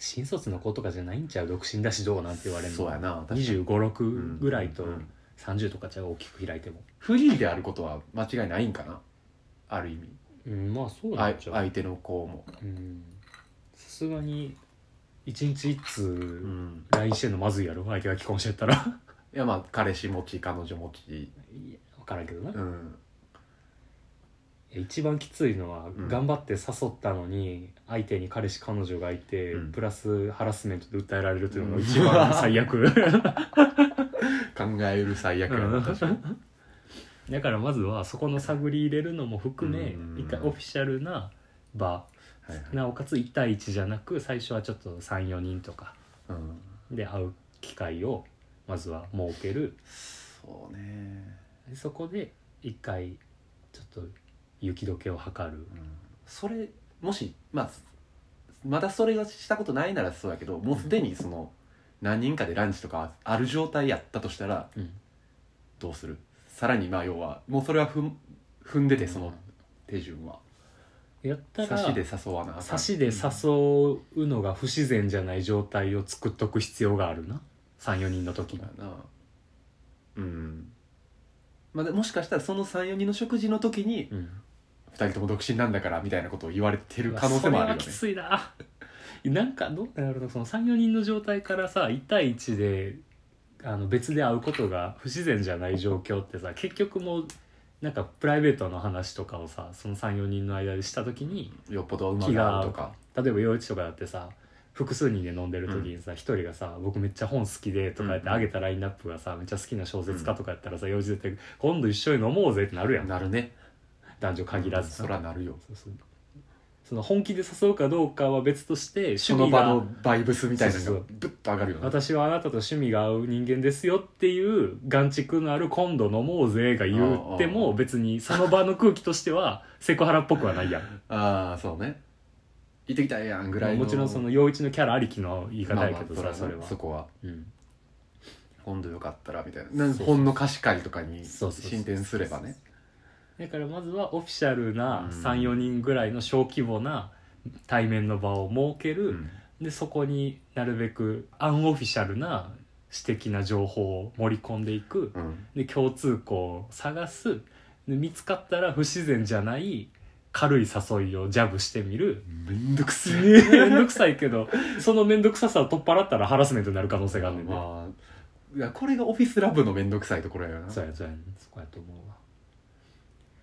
[SPEAKER 1] 新卒の子とかじゃないんちゃう独身だしどうなんて言われる
[SPEAKER 2] そうや
[SPEAKER 1] の
[SPEAKER 2] な確かに
[SPEAKER 1] 2 5六6ぐらいと
[SPEAKER 2] うんうん
[SPEAKER 1] 30とかじゃ大きく開いても、
[SPEAKER 2] フリーであることは間違いないんかなある意味
[SPEAKER 1] うん、まあそう
[SPEAKER 2] あ
[SPEAKER 1] なん
[SPEAKER 2] い
[SPEAKER 1] ちゃう
[SPEAKER 2] 相手の子も
[SPEAKER 1] うんさすがに一日一
[SPEAKER 2] う
[SPEAKER 1] 通
[SPEAKER 2] ん
[SPEAKER 1] LINE してんのまずいやろ相手が既婚してったら
[SPEAKER 2] いやまあ彼氏持ち彼女持ち
[SPEAKER 1] いや分からんけどな、
[SPEAKER 2] うん
[SPEAKER 1] 一番きついのは、
[SPEAKER 2] ん
[SPEAKER 1] 頑張って誘ったのに相手に彼氏彼女がいて、
[SPEAKER 2] うん
[SPEAKER 1] プラスハラスメントで訴えられるというのが一番最悪
[SPEAKER 2] 考えうる最悪やな確かに
[SPEAKER 1] だからまずはそこの探り入れるのも含め
[SPEAKER 2] うん
[SPEAKER 1] 一回オフィシャルな場
[SPEAKER 2] はいはい
[SPEAKER 1] なおかつ1対1じゃなく最初はちょっと34人とか
[SPEAKER 2] うん
[SPEAKER 1] で会う機会をまずは設ける
[SPEAKER 2] そうね、
[SPEAKER 1] そこで一回ちょっと雪解けを図る
[SPEAKER 2] うん、それもしまあまだそれがしたことないならそうやけどもうすでにその何人かでランチとかある状態やったとしたら
[SPEAKER 1] うん
[SPEAKER 2] どうするさらにまあ要はもうそれは踏ん踏んでてその手順は
[SPEAKER 1] やったら
[SPEAKER 2] 差しで誘わなあかん
[SPEAKER 1] 差しで誘うのが不自然じゃない状態を作っとく必要があるな34人の時に
[SPEAKER 2] そうやなうんまあ、でもしかしたらその34人の食事の時に
[SPEAKER 1] うん
[SPEAKER 2] 2人とも独身なんだからみたいなことを言われてる可能性もあるよ
[SPEAKER 1] うわそれは
[SPEAKER 2] ね
[SPEAKER 1] きついななんかどうなんやろうなその34人の状態からさ1対1であの別で会うことが不自然じゃない状況ってさ結局もうなんかプライベートの話とかをさその34人の間でした時に
[SPEAKER 2] よっぽど馬
[SPEAKER 1] 気
[SPEAKER 2] が
[SPEAKER 1] が
[SPEAKER 2] 合
[SPEAKER 1] 合
[SPEAKER 2] う
[SPEAKER 1] う
[SPEAKER 2] とか
[SPEAKER 1] 例えば陽一とかだってさ複数人で飲んでる時にさ一、人がさ「僕めっちゃ本好きで」とかやってあげたラインナップがさ、めっちゃ好きな小説家とかやったらさ陽一絶対「今度一緒に飲もうぜ」ってなるやん
[SPEAKER 2] なるね
[SPEAKER 1] 男女限らず
[SPEAKER 2] そらなるよ
[SPEAKER 1] そうそうその本気で誘うかどうかは別として趣
[SPEAKER 2] その
[SPEAKER 1] 味
[SPEAKER 2] 場
[SPEAKER 1] が
[SPEAKER 2] のバイブスみたいなの
[SPEAKER 1] そう
[SPEAKER 2] が
[SPEAKER 1] そう
[SPEAKER 2] ぶっと上がるよね
[SPEAKER 1] 私はあなたと趣味が合う人間ですよっていう眼蓄のある「今度飲もうぜ」が言って
[SPEAKER 2] ああ
[SPEAKER 1] も別にその場の空気としてはセクハラっぽくはないやん
[SPEAKER 2] ああそうね行ってきたらええやんぐらいの
[SPEAKER 1] もちろんその陽一のキャラありきの言い
[SPEAKER 2] ま
[SPEAKER 1] 方
[SPEAKER 2] あ
[SPEAKER 1] や
[SPEAKER 2] まあ
[SPEAKER 1] けど
[SPEAKER 2] そら
[SPEAKER 1] さそれは
[SPEAKER 2] そこは
[SPEAKER 1] うん
[SPEAKER 2] 今度よかったらみたい
[SPEAKER 1] そ
[SPEAKER 2] な
[SPEAKER 1] うそう
[SPEAKER 2] 本の貸し借りとかに
[SPEAKER 1] そうそうそう
[SPEAKER 2] 進展すればね
[SPEAKER 1] だからまずはオフィシャルな
[SPEAKER 2] うん
[SPEAKER 1] 34人ぐらいの小規模な対面の場を設ける、
[SPEAKER 2] うん
[SPEAKER 1] でそこになるべくアンオフィシャルな私的な情報を盛り込んでいく
[SPEAKER 2] うん
[SPEAKER 1] で共通項を探すで見つかったら不自然じゃない軽い誘いをジャブしてみる
[SPEAKER 2] めんどくせえ
[SPEAKER 1] めんどくさいけ どそのめんどくささを取っ払ったらハラスメントになる可能性があるんでね、
[SPEAKER 2] まあいやこれがオフィスラブのめんどくさいところやよな
[SPEAKER 1] そうやそうやそこやと思うわ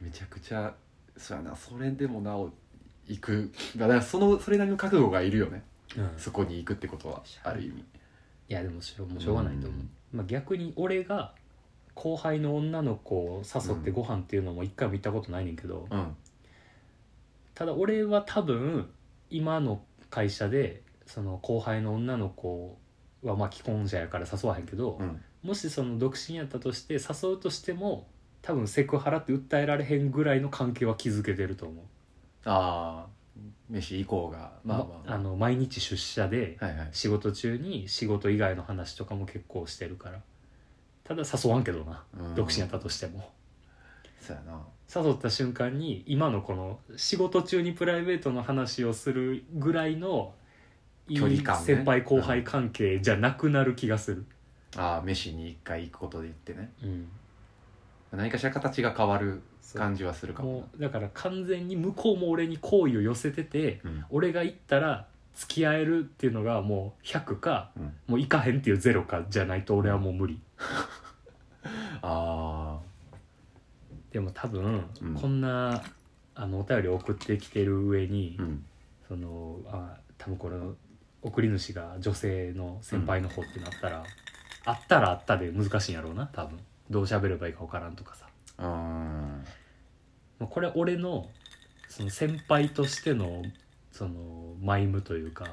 [SPEAKER 2] めちゃくちゃそうやなそれでもなお行くだからそのそれなりの覚悟がいるよね
[SPEAKER 1] うん
[SPEAKER 2] そこに行くってことはある意味
[SPEAKER 1] いやでもしょうもうしょうがないと思う、
[SPEAKER 2] うん
[SPEAKER 1] まあ、逆に俺が後輩の女の子を誘ってご飯っていうのも一回も行ったことないねんけど、
[SPEAKER 2] うん
[SPEAKER 1] ただ俺は多分今の会社でその後輩の女の子はまあ既婚者やから誘わへんけど、
[SPEAKER 2] うん
[SPEAKER 1] もしその独身やったとして誘うとしても多分セクハラって訴えられへんぐらいの関係は築けてると思う、
[SPEAKER 2] ああ飯以降がまあまあ
[SPEAKER 1] あの毎日出社で
[SPEAKER 2] はいはい
[SPEAKER 1] 仕事中に仕事以外の話とかも結構してるからただ誘わんけどな、
[SPEAKER 2] うん
[SPEAKER 1] 独身やったとしても
[SPEAKER 2] そうやな
[SPEAKER 1] 誘った瞬間に今のこの仕事中にプライベートの話をするぐらいのいい
[SPEAKER 2] 距離感ね
[SPEAKER 1] 先輩後輩関係じゃなくなる気がする、
[SPEAKER 2] ああ飯に一回行くことで言ってね
[SPEAKER 1] うん
[SPEAKER 2] 何かしら形が変わる感じはするかも
[SPEAKER 1] もうだから完全に向こうも俺に好意を寄せてて
[SPEAKER 2] なうん
[SPEAKER 1] 俺が行ったら付き合えるっていうのがもう100か、
[SPEAKER 2] うん
[SPEAKER 1] もう行かへんっていうゼロかじゃないと俺はもう無理
[SPEAKER 2] あ
[SPEAKER 1] でも多分、
[SPEAKER 2] うん
[SPEAKER 1] こんなあのお便り送ってきてる上に、
[SPEAKER 2] あうん
[SPEAKER 1] そのあ多分これ送り主が女性の先輩の方ってなったら、あったらあったで難しいんやろうな多分どう喋ればいいか分からんとかさ
[SPEAKER 2] うーん
[SPEAKER 1] もうこれ俺のその先輩としてのそのマイムというか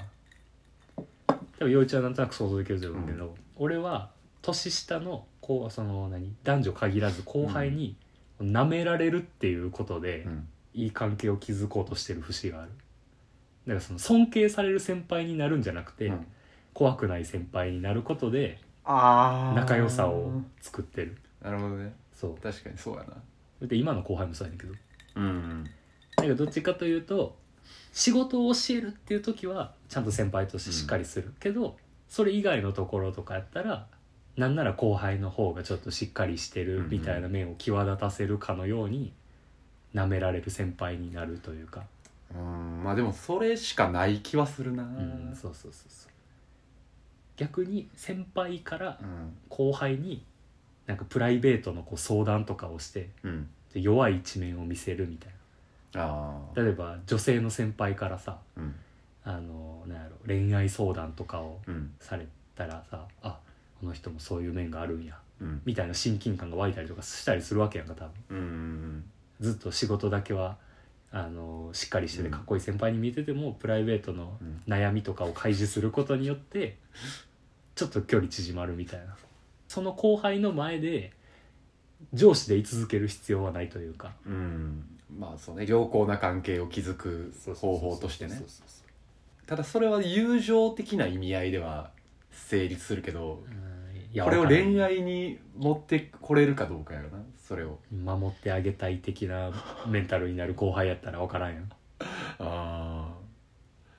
[SPEAKER 1] 多分陽一はなんとなく想像できると思うけど、俺は年下のこうその何男女限らず後輩に舐められるっていうことで、
[SPEAKER 2] うん
[SPEAKER 1] いい関係を築こうとしてる節があるだからその尊敬される先輩になるんじゃなくて、
[SPEAKER 2] うん
[SPEAKER 1] 怖くない先輩になることで
[SPEAKER 2] あー
[SPEAKER 1] 仲良さを作ってる
[SPEAKER 2] なるほどね
[SPEAKER 1] そ
[SPEAKER 2] 確かにそうやな
[SPEAKER 1] うで今の後輩もそうやねんけど
[SPEAKER 2] うん
[SPEAKER 1] だからどっちかというと仕事を教えるっていう時はちゃんと先輩としてしっかりするけど、それ以外のところとかやったらなんなら後輩の方がちょっとしっかりしてるみたいな面を際立たせるかのように舐められる先輩になるというか
[SPEAKER 2] うんまあでもそれしかない気はするな
[SPEAKER 1] うん、そうそうそうそう逆に先輩から
[SPEAKER 2] うん
[SPEAKER 1] 後輩になんかプライベートのこう相談とかをして
[SPEAKER 2] うん
[SPEAKER 1] で弱い一面を見せるみたい
[SPEAKER 2] ああ
[SPEAKER 1] な例えば女性の先輩からさ
[SPEAKER 2] うん
[SPEAKER 1] あのなんやろ恋愛相談とかを
[SPEAKER 2] うん
[SPEAKER 1] されたらさあこの人もそういう面があるんや
[SPEAKER 2] うん
[SPEAKER 1] みたいな親近感が湧いたりとかしたりするわけやんか多分
[SPEAKER 2] うん
[SPEAKER 1] ずっと仕事だけはあのしっかりしててかっこいい先輩に見えてても、プライベートの
[SPEAKER 2] うん
[SPEAKER 1] 悩みとかを開示することによってちょっと距離縮まるみたいなその後輩の前で上司で居続ける必要はないというか
[SPEAKER 2] うんまあそうね良好な関係を築く方法としてねただそれは友情的な意味合いでは成立するけど
[SPEAKER 1] うんいや
[SPEAKER 2] これを
[SPEAKER 1] わからん
[SPEAKER 2] 恋愛に持ってこれるかどうかやろなそれを
[SPEAKER 1] 守ってあげたい的なメンタルになる後輩やったら分からんやん
[SPEAKER 2] あ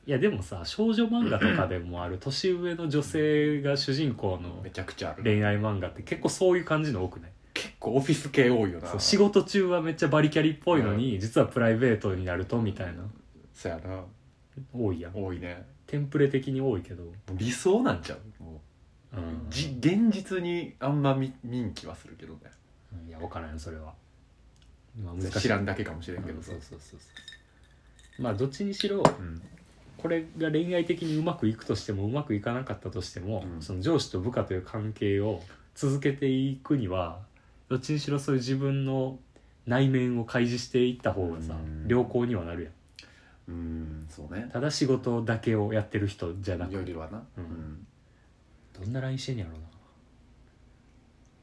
[SPEAKER 1] いやでもさ少女漫画とかでもある年上の女性が主人公
[SPEAKER 2] あ
[SPEAKER 1] の
[SPEAKER 2] めちゃくちゃある
[SPEAKER 1] 恋愛漫画って結構そういう感じの多くない
[SPEAKER 2] 結構オフィス系多いよな
[SPEAKER 1] そう仕事中はめっちゃバリキャリっぽいのに、実はプライベートになるとみたいな
[SPEAKER 2] そうやな
[SPEAKER 1] 多いやん
[SPEAKER 2] 多いね
[SPEAKER 1] テンプレ的に多いけど、
[SPEAKER 2] もう理想なんちゃうも
[SPEAKER 1] う、
[SPEAKER 2] うんじ現実にあんま見見ん気はするけどね
[SPEAKER 1] うんいや分からんそれは、まあ、難しい
[SPEAKER 2] 知らんだけかもしれんけど
[SPEAKER 1] うん
[SPEAKER 2] さ
[SPEAKER 1] そうそうそうそうまあどっちにしろ
[SPEAKER 2] うん
[SPEAKER 1] これが恋愛的にうまくいくとしてもうまくいかなかったとしても、
[SPEAKER 2] うん
[SPEAKER 1] その上司と部下という関係を続けていくにはどっちにしろそういう自分の内面を開示していった方がさ、
[SPEAKER 2] うん
[SPEAKER 1] 良好にはなるやん
[SPEAKER 2] うんそうね
[SPEAKER 1] ただ仕事だけをやってる人じゃなく
[SPEAKER 2] よりはな
[SPEAKER 1] うん
[SPEAKER 2] うん
[SPEAKER 1] どんな LINE してんやろうな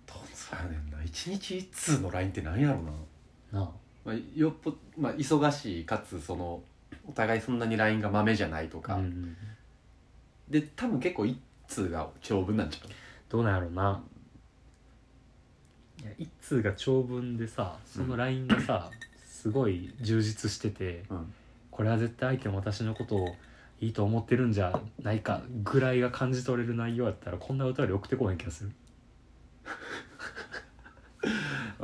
[SPEAKER 2] どうそうやねんな一日一通の LINE って何やろな
[SPEAKER 1] な
[SPEAKER 2] まあ、よっぽ、まあ、忙しいかつそのお互いそんなに LINE がマメじゃないと
[SPEAKER 1] あ、
[SPEAKER 2] か、
[SPEAKER 1] うん、
[SPEAKER 2] で多分結構一通が長文なんちゃ
[SPEAKER 1] どうなんやろうないや一通が長文でさその LINE がさ、すごい充実してて、
[SPEAKER 2] うん
[SPEAKER 1] これは絶対相手も私のことをいいと思ってるんじゃないかぐらいが感じ取れる内容やったらこんな歌より送ってこへん気がする
[SPEAKER 2] う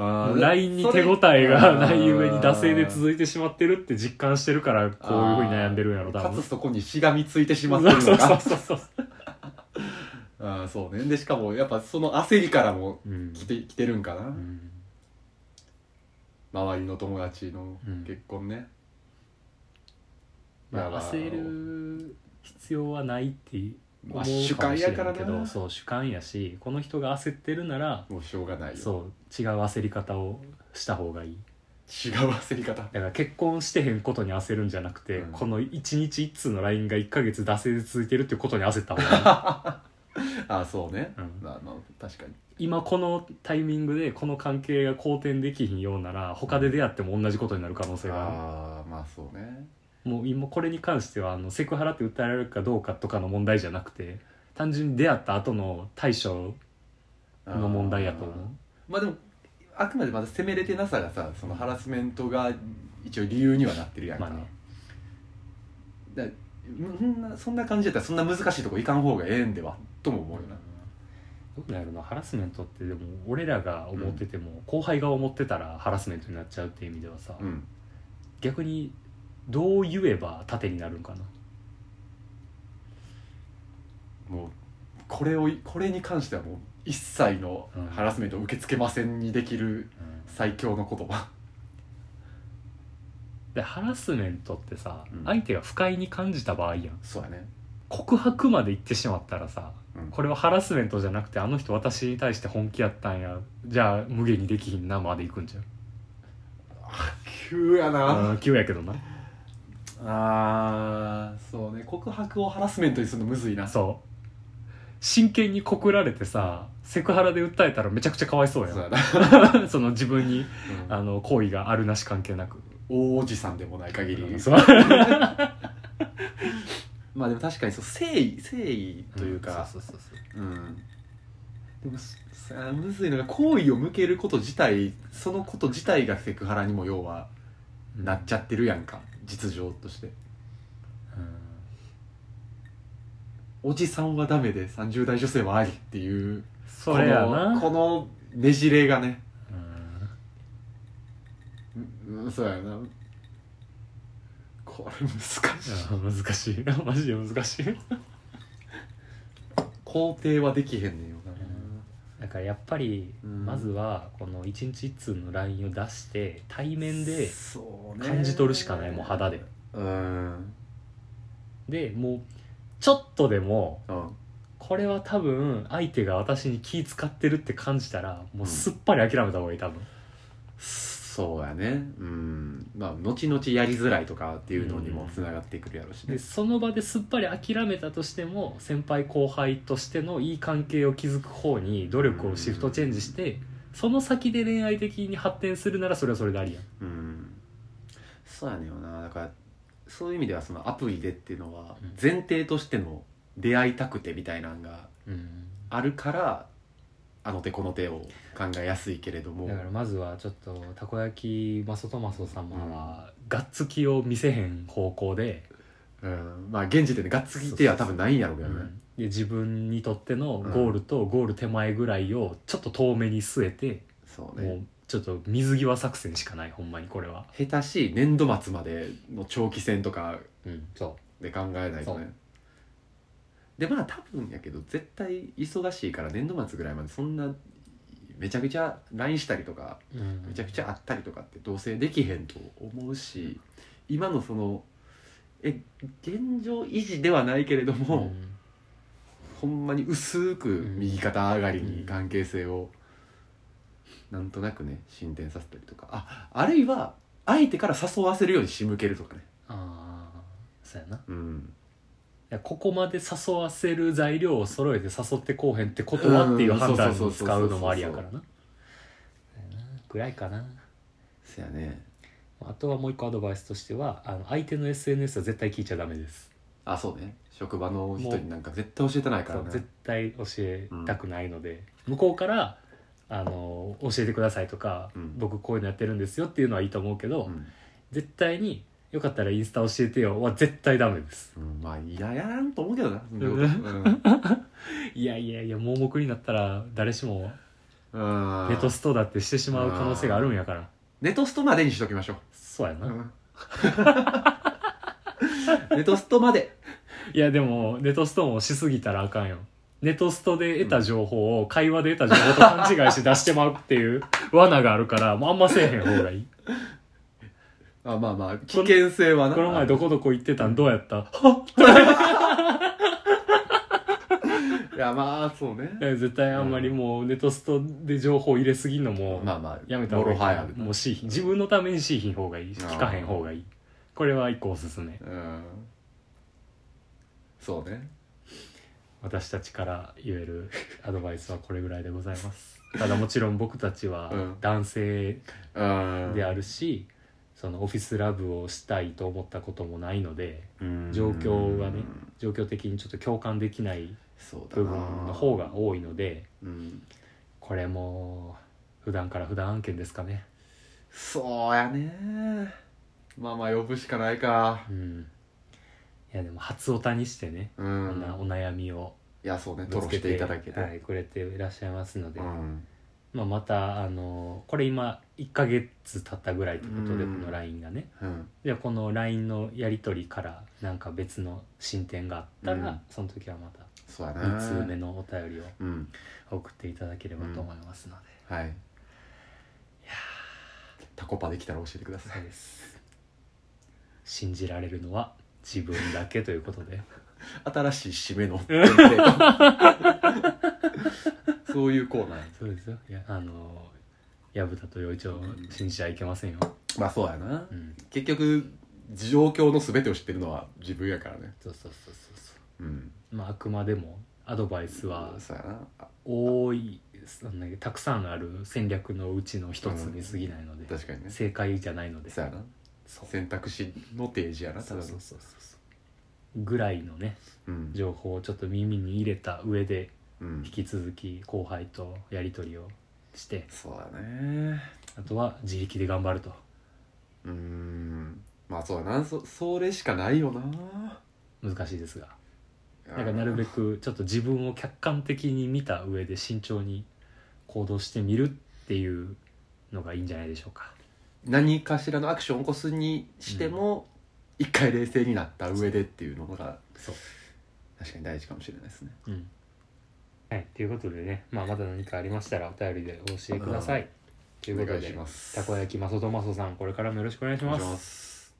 [SPEAKER 2] あ
[SPEAKER 1] も
[SPEAKER 2] ー
[SPEAKER 1] う LINE に
[SPEAKER 2] それ
[SPEAKER 1] 手応えが
[SPEAKER 2] あー
[SPEAKER 1] ない上に惰性で続いてしまってるって実感してるからこういうふうに悩んでるんやろ多
[SPEAKER 2] か
[SPEAKER 1] 分
[SPEAKER 2] つそこにしがみついてしまってるのか
[SPEAKER 1] そうそうそうそう、
[SPEAKER 2] あーそうねでしかもやっぱその焦りからも
[SPEAKER 1] うん
[SPEAKER 2] 来て来てるんかな、
[SPEAKER 1] うん
[SPEAKER 2] 周りの友達の
[SPEAKER 1] うん
[SPEAKER 2] 結婚ね、
[SPEAKER 1] ま
[SPEAKER 2] だか
[SPEAKER 1] あ、
[SPEAKER 2] ら
[SPEAKER 1] 焦る必要はないって思う
[SPEAKER 2] ま
[SPEAKER 1] かも
[SPEAKER 2] あ
[SPEAKER 1] し
[SPEAKER 2] 主
[SPEAKER 1] れん
[SPEAKER 2] 観やからな
[SPEAKER 1] けどそう主観やしこの人が焦ってるなら
[SPEAKER 2] もうしょうがないよ
[SPEAKER 1] そう違う焦り方をした方がいい
[SPEAKER 2] 違う焦り方
[SPEAKER 1] だから結婚してへんことに焦るんじゃなくて、
[SPEAKER 2] うん
[SPEAKER 1] この一日一通の LINE が1ヶ月惰性で続いてるってことに焦った方 が
[SPEAKER 2] あーそうね、
[SPEAKER 1] うん
[SPEAKER 2] まあまあ確かに
[SPEAKER 1] いい今このタイミングでこの関係が好転できひんようなら他で出会っても同じことになる可能性があ
[SPEAKER 2] ああまあそうね
[SPEAKER 1] るもう今これに関してはあのセクハラって訴えられるかどうかとかの問題じゃなくて単純に出会った後の対処
[SPEAKER 2] あー
[SPEAKER 1] の問題やと思う
[SPEAKER 2] まあでもあくまでまだ責めれてなさがさそのハラスメントが一応理由にはなってるやんか,、
[SPEAKER 1] まあね
[SPEAKER 2] だからそんなそんな感じやったらそんな難しいとこ行かん方がええんではとも思うよな、
[SPEAKER 1] どうなんやろなハラスメントってでも俺らが思ってても、後輩が思ってたらハラスメントになっちゃうっていう意味ではさ、
[SPEAKER 2] うん
[SPEAKER 1] 逆にどう言えば盾になるんかな
[SPEAKER 2] もうこれをこれに関してはもう一切のハラスメントを受け付けませんにできる最強の言葉
[SPEAKER 1] でハラスメントってさ、
[SPEAKER 2] うん
[SPEAKER 1] 相手が不快に感じた場合やん
[SPEAKER 2] そうやね
[SPEAKER 1] 告白まで言ってしまったらさ、
[SPEAKER 2] うん
[SPEAKER 1] これはハラスメントじゃなくてあの人私に対して本気やったんやじゃあ無限にできひんなまでいくんじゃん
[SPEAKER 2] 急やな
[SPEAKER 1] あ急やけどな
[SPEAKER 2] あーそうね告白をハラスメントにするのむずいな
[SPEAKER 1] そう真剣に告られてさセクハラで訴えたらめちゃくちゃかわいそうや
[SPEAKER 2] そうや
[SPEAKER 1] ん
[SPEAKER 2] な、
[SPEAKER 1] その自分に
[SPEAKER 2] うん
[SPEAKER 1] あの行為があるなし関係なく
[SPEAKER 2] 大おじさんでもない限り、
[SPEAKER 1] そう
[SPEAKER 2] まあでも確かにそう誠意誠意というか、
[SPEAKER 1] そうそうそうそう
[SPEAKER 2] うんでもすさむずいのが好意を向けること自体そのこと自体がセクハラにも要はなっちゃってるやんか実情として
[SPEAKER 1] うん
[SPEAKER 2] おじさんはダメで30代女性はありっていう
[SPEAKER 1] それやな
[SPEAKER 2] このこのねじれがね
[SPEAKER 1] うん
[SPEAKER 2] ううんそうやなこれ難しい
[SPEAKER 1] いや難しい マジで難しい
[SPEAKER 2] 肯定はできへんねんよな、
[SPEAKER 1] だからやっぱり
[SPEAKER 2] うん
[SPEAKER 1] まずはこの一日一通の LINE を出して対面で
[SPEAKER 2] そうね
[SPEAKER 1] 感じ取るしかないもう肌で
[SPEAKER 2] うん
[SPEAKER 1] でもうちょっとでも
[SPEAKER 2] うん
[SPEAKER 1] これは多分相手が私に気使ってるって感じたらもうすっぱり諦めた方がいい多分
[SPEAKER 2] そうやねうんまあ後々やりづらいとかっていうのにもつながってくるやろうしね、
[SPEAKER 1] でその場ですっぱり諦めたとしても先輩後輩としてのいい関係を築く方に努力をシフトチェンジしてその先で恋愛的に発展するならそれはそれでありやん
[SPEAKER 2] うんそうやねんよなだからそういう意味ではそのアプリでっていうのは
[SPEAKER 1] うん
[SPEAKER 2] 前提としての出会いたくてみたいなんがあるからあの手この手を考えやすいけれども
[SPEAKER 1] だからまずはちょっとたこ焼きマソトマソ様はがっつきを見せへん方向で,、
[SPEAKER 2] うん、まあ現時点でがっつき手は多分ないんやろうけどね
[SPEAKER 1] で自分にとってのゴールとゴール手前ぐらいをちょっと遠目に据えて
[SPEAKER 2] そう
[SPEAKER 1] も
[SPEAKER 2] ね
[SPEAKER 1] うちょっと水際作戦しかないほんまにこれは
[SPEAKER 2] 下手しい年度末までの長期戦とか
[SPEAKER 1] うんそ
[SPEAKER 2] で考えないと
[SPEAKER 1] そ
[SPEAKER 2] ねでまあ多分やけど絶対忙しいから年度末ぐらいまでそんなめちゃくちゃ LINE したりとか
[SPEAKER 1] う、うん
[SPEAKER 2] めちゃくちゃ会ったりとかってどうせできへんと思うし今のそのえ現状維持ではないけれども、
[SPEAKER 1] ん
[SPEAKER 2] ほんまに薄く右肩上がりに関係性をなんとなくね進展させたりとかああるいは相手から誘わせるように仕向けるとかね
[SPEAKER 1] ああそうやない
[SPEAKER 2] うん
[SPEAKER 1] やここまで誘わせる材料を揃えて誘ってこうへんってことはっていう判断に使うのもありやからなそうやなぐらいかな
[SPEAKER 2] そやね
[SPEAKER 1] あとはもう一個アドバイスとしてはあの相手の SNS は絶対聞いちゃダメです、
[SPEAKER 2] あそうね職場の人になんか絶対教えてないか
[SPEAKER 1] そ
[SPEAKER 2] ら
[SPEAKER 1] う
[SPEAKER 2] ね
[SPEAKER 1] 絶対教えたくないので、向こうからあの教えてくださいとか、
[SPEAKER 2] うん
[SPEAKER 1] 僕こういうのやってるんですよっていうのはいいと思うけど、
[SPEAKER 2] うん
[SPEAKER 1] 絶対によかったらインスタ教えてよは絶対ダメです
[SPEAKER 2] うん、まあいややらんと思うけどなそんなこと
[SPEAKER 1] う
[SPEAKER 2] うん
[SPEAKER 1] いやいやいや盲目になったら誰しも
[SPEAKER 2] うん
[SPEAKER 1] ネトストだってしてしまう可能性があるんやから
[SPEAKER 2] ネトストまでにしときましょ
[SPEAKER 1] そうやな、
[SPEAKER 2] う、 ネトストまで
[SPEAKER 1] いやでもネトストもしすぎたらあかんよネトストで得た情報を会話で得た情報と勘違いして出してまうっていう 罠があるからもうあんませえへん方がいい
[SPEAKER 2] あまあまあ危険性はな
[SPEAKER 1] この前どこどこ行ってたんどうやった
[SPEAKER 2] いやまあそうね
[SPEAKER 1] いや絶対あんまりもうネトストで情報入れすぎんのも
[SPEAKER 2] まあまあ
[SPEAKER 1] やめた方がいい
[SPEAKER 2] もろはやで
[SPEAKER 1] もうし自分のためにしいひん方がいいし聞かへん方がいいこれは一個おすすめ
[SPEAKER 2] うんそうね
[SPEAKER 1] 私たちから言える アドバイスはこれぐらいでございますただもちろん僕たちは
[SPEAKER 2] うん
[SPEAKER 1] 男性
[SPEAKER 2] うん
[SPEAKER 1] であるし、そのオフィスラブをしたいと思ったこともないので状況がね状況的にちょっと共感できない
[SPEAKER 2] そうだ
[SPEAKER 1] 部
[SPEAKER 2] な
[SPEAKER 1] 分の方が多いので
[SPEAKER 2] うん
[SPEAKER 1] これも普段から普段案件ですかね
[SPEAKER 2] そうやねまあまあ呼ぶしかないか
[SPEAKER 1] うんいやでも初オタにしてね、
[SPEAKER 2] う
[SPEAKER 1] こんなんお悩みを
[SPEAKER 2] いやそうね
[SPEAKER 1] ぶ
[SPEAKER 2] ト
[SPEAKER 1] つ
[SPEAKER 2] ロしていただけて、
[SPEAKER 1] はい、くれていらっしゃいますので、
[SPEAKER 2] うん
[SPEAKER 1] まあ、またあのこれ今1ヶ月経ったぐらいということで、
[SPEAKER 2] うん
[SPEAKER 1] この LINE がね
[SPEAKER 2] うん
[SPEAKER 1] じゃあこの LINE のやり取りからなんか別の進展があったら、
[SPEAKER 2] うん
[SPEAKER 1] その時はまた
[SPEAKER 2] そうやな
[SPEAKER 1] 2通目のお便り
[SPEAKER 2] うん
[SPEAKER 1] を送っていただければと思いますので、
[SPEAKER 2] はいタコパできたら教えてくださ
[SPEAKER 1] そう
[SPEAKER 2] い
[SPEAKER 1] です信じられるのは自分だけということで
[SPEAKER 2] 新しい締 めのテンプレートそういうコーナー
[SPEAKER 1] そうですよいやあの薮田と陽一を信じちゃいけませんよ、
[SPEAKER 2] まあそうやな
[SPEAKER 1] うん、
[SPEAKER 2] 結局状況の全てを知ってるのは自分やからね
[SPEAKER 1] そうそうそうそうそう
[SPEAKER 2] うん
[SPEAKER 1] まああくまでもアドバイスは
[SPEAKER 2] そうやなあ
[SPEAKER 1] 多いそんなたくさんある戦略のうちの一つに過ぎないので、
[SPEAKER 2] 確かにね
[SPEAKER 1] 正解じゃないので
[SPEAKER 2] そうやな
[SPEAKER 1] そう
[SPEAKER 2] 選択肢の提示やなた
[SPEAKER 1] そ
[SPEAKER 2] だ
[SPEAKER 1] う
[SPEAKER 2] の
[SPEAKER 1] そうそうそうそうぐらいのね
[SPEAKER 2] うん
[SPEAKER 1] 情報をちょっと耳に入れた上で
[SPEAKER 2] うん
[SPEAKER 1] 引き続き後輩とやり取りをして
[SPEAKER 2] そうだね
[SPEAKER 1] あとは自力で頑張ると
[SPEAKER 2] うーんまあそうやなそそれしかないよな
[SPEAKER 1] 難しいですが
[SPEAKER 2] な
[SPEAKER 1] なんかなるべくちょっと自分を客観的に見た上で慎重に行動してみるっていうのがいいんじゃないでしょうか
[SPEAKER 2] 何かしらのアクションを起こすにしても、一回冷静になった上でっていうのが
[SPEAKER 1] そう
[SPEAKER 2] 確かに大事かもしれないですね
[SPEAKER 1] うんはいということでね、まあ、まだ何かありましたらお便りでお教えください、というこ
[SPEAKER 2] お
[SPEAKER 1] と
[SPEAKER 2] 願い
[SPEAKER 1] で
[SPEAKER 2] します
[SPEAKER 1] たこ焼きマソトマソさんこれからもよろしくお願いし
[SPEAKER 2] お
[SPEAKER 1] ま
[SPEAKER 2] 願
[SPEAKER 1] す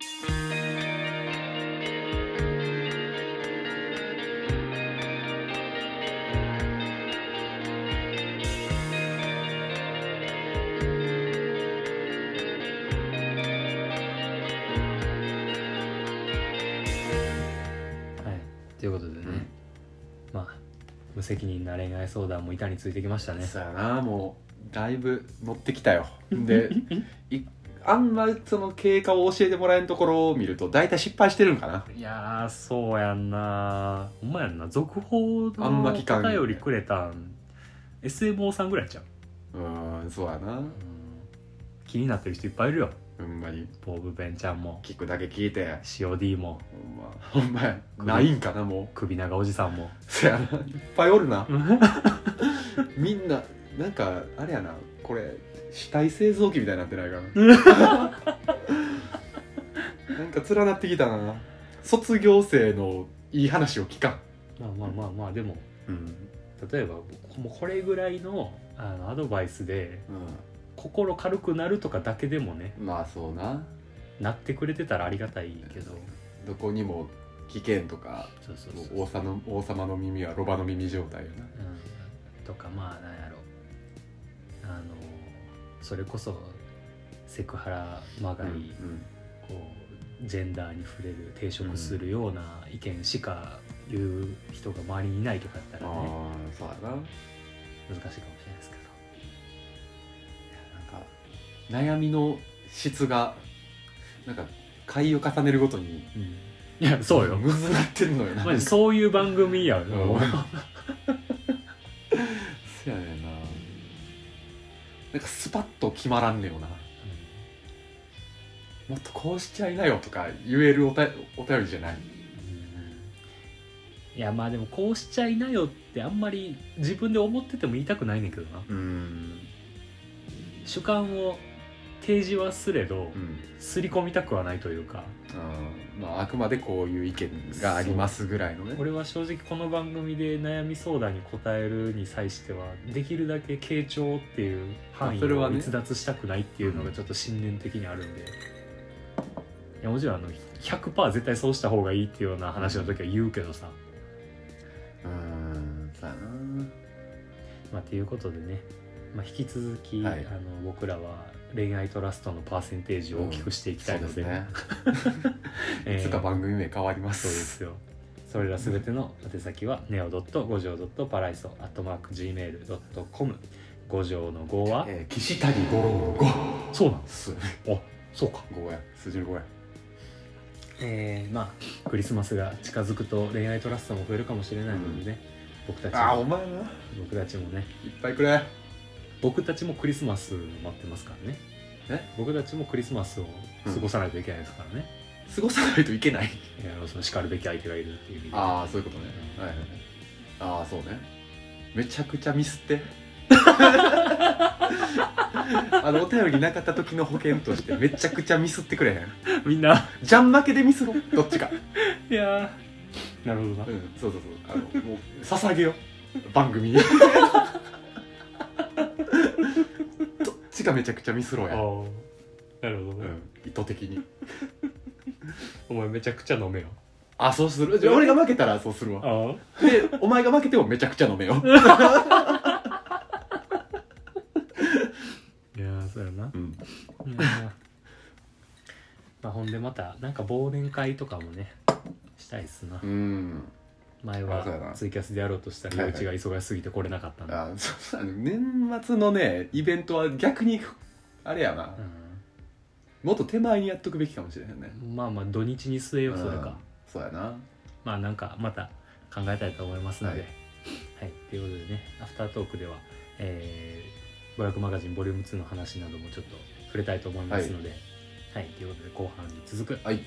[SPEAKER 2] いします
[SPEAKER 1] はいということでね、
[SPEAKER 2] うん
[SPEAKER 1] まあ無責任な恋愛相談も板についてきましたね
[SPEAKER 2] そうやなもうだいぶ乗ってき たよでいあんまその経過を教えてもらえんところを見ると大体失敗してるんかない
[SPEAKER 1] やーそうやんなほんまやんな続報
[SPEAKER 2] あん
[SPEAKER 1] の
[SPEAKER 2] ま
[SPEAKER 1] お
[SPEAKER 2] 聞かん
[SPEAKER 1] 便りくれたん SMO さんぐらいちゃう
[SPEAKER 2] うーんそうやな
[SPEAKER 1] 気になってる人いっぱいいるよ
[SPEAKER 2] ほんまに
[SPEAKER 1] ボブ・ベンちゃんも
[SPEAKER 2] 聞くだけ聞いて
[SPEAKER 1] COD も
[SPEAKER 2] ほんまほんまやないんかなも
[SPEAKER 1] 首長おじさんも
[SPEAKER 2] うそやないっぱいおるなみんななんかあれやなこれ死体製造機みたいになってないか ななんか連なってきたな卒業生のいい話を聞かん、
[SPEAKER 1] まあまあまあまあでも
[SPEAKER 2] うん
[SPEAKER 1] 例えばもうこれぐらいのあのアドバイスで心軽くなるとかだけでもね
[SPEAKER 2] まあそうな
[SPEAKER 1] なってくれてたらありがたいけど
[SPEAKER 2] どこにも危険とか
[SPEAKER 1] そうそう
[SPEAKER 2] も
[SPEAKER 1] そう
[SPEAKER 2] う王様の王様の耳はロバの耳状態やな
[SPEAKER 1] うん、とかまあなんやろあのそれこそセクハラまがい、
[SPEAKER 2] うん
[SPEAKER 1] こうジェンダーに触れる抵触するような意見しか言う人が周りにいないとかやった
[SPEAKER 2] あ
[SPEAKER 1] らね
[SPEAKER 2] あそうやな
[SPEAKER 1] 難しいかもしれないですけど
[SPEAKER 2] なんか悩みの質がなんか回を重ねるごとに、
[SPEAKER 1] いやそうよ
[SPEAKER 2] むずなってんのよな
[SPEAKER 1] マジそういう番組やもう
[SPEAKER 2] そやねんななんかスパッと決まらんねよなもっとこうしちゃいなよとか言えるおたお便りじゃない
[SPEAKER 1] いやまあでもこうしちゃいなよってあんまり自分で思ってても言いたくないねんけどな
[SPEAKER 2] うん
[SPEAKER 1] 主観を提示はすれど
[SPEAKER 2] うん
[SPEAKER 1] 刷り込みたくはないというか
[SPEAKER 2] あまああくまでこういう意見がありますぐらいのね
[SPEAKER 1] 俺は正直この番組で悩み相談に答えるに際してはできるだけ傾聴っていう範囲
[SPEAKER 2] それは
[SPEAKER 1] を
[SPEAKER 2] ね
[SPEAKER 1] 逸脱したくないっていうのがちょっと信念的にあるんで、いやもちろんあの100%絶対そうした方がいいっていうような話の時は言うけどさ、
[SPEAKER 2] うんそうやな
[SPEAKER 1] まあ、ということでね、まあ、引き続き、
[SPEAKER 2] はい
[SPEAKER 1] あの僕らは恋愛トラストのパーセンテージを大きくしていきた
[SPEAKER 2] そう
[SPEAKER 1] いの
[SPEAKER 2] です
[SPEAKER 1] で、
[SPEAKER 2] ね
[SPEAKER 1] えー
[SPEAKER 2] いつか番組名変わりま
[SPEAKER 1] そうですすよ。それらすべての宛先は neo.gojo.paraiso.gmail.com 五条の5は、
[SPEAKER 2] えー岸谷五郎の
[SPEAKER 1] そうなん
[SPEAKER 2] 5
[SPEAKER 1] そうか、
[SPEAKER 2] 5や数字の5や
[SPEAKER 1] えー、まあクリスマスが近づくと恋愛トラストも増えるかもしれないのでね、僕たち
[SPEAKER 2] あーお
[SPEAKER 1] も
[SPEAKER 2] 前ないっ
[SPEAKER 1] 僕たちもね
[SPEAKER 2] ぱいくれ
[SPEAKER 1] 僕たちもクリスマスを待ってますからね
[SPEAKER 2] え
[SPEAKER 1] 僕たちもクリスマスを過ごさないといけないですからね、
[SPEAKER 2] 過ごさないといけない
[SPEAKER 1] えーその叱るべき相手がいるっていう意味で
[SPEAKER 2] ああそういうことねはいはいはいああそうねめちゃくちゃミスって あのお便りなかった時の保険としてめちゃくちゃミスってくれへん
[SPEAKER 1] みんな
[SPEAKER 2] ジャン負けでミスろどっちか
[SPEAKER 1] いやーなるほどな
[SPEAKER 2] うんそうそうそうあのもう捧げよう番組に どっちがめちゃくちゃミスろう
[SPEAKER 1] あ
[SPEAKER 2] や、う
[SPEAKER 1] ーなるほどね、
[SPEAKER 2] ん、意図的に
[SPEAKER 1] お前めちゃくちゃ飲めよ
[SPEAKER 2] あそうするじゃあ俺が負けたらそうするわ
[SPEAKER 1] あ
[SPEAKER 2] でお前が負けてもめちゃくちゃ飲めよう、
[SPEAKER 1] いやーそうやな
[SPEAKER 2] うん、
[SPEAKER 1] いやーまあほんでまたなんか忘年会とかもねしたいっすな、
[SPEAKER 2] うん
[SPEAKER 1] 前
[SPEAKER 2] あそうやな
[SPEAKER 1] はツイキャスでやろうとした
[SPEAKER 2] は
[SPEAKER 1] ら
[SPEAKER 2] い
[SPEAKER 1] 陽
[SPEAKER 2] はい
[SPEAKER 1] 一が忙しすぎて来れなかったんで、
[SPEAKER 2] あそうそう年末のねイベントは逆にあれやなもっと手前にやっとくべきかもしれへんね
[SPEAKER 1] うん、まあまあ土日に据えようそれか、
[SPEAKER 2] うんそうやな
[SPEAKER 1] まあなんかまた考えたいと思いますので
[SPEAKER 2] は
[SPEAKER 1] はい、ということでねアフタートークではえー、娯楽マガジンボリューム2の話などもちょっと触れたいと思いますのではい、ということで後半に続く
[SPEAKER 2] はい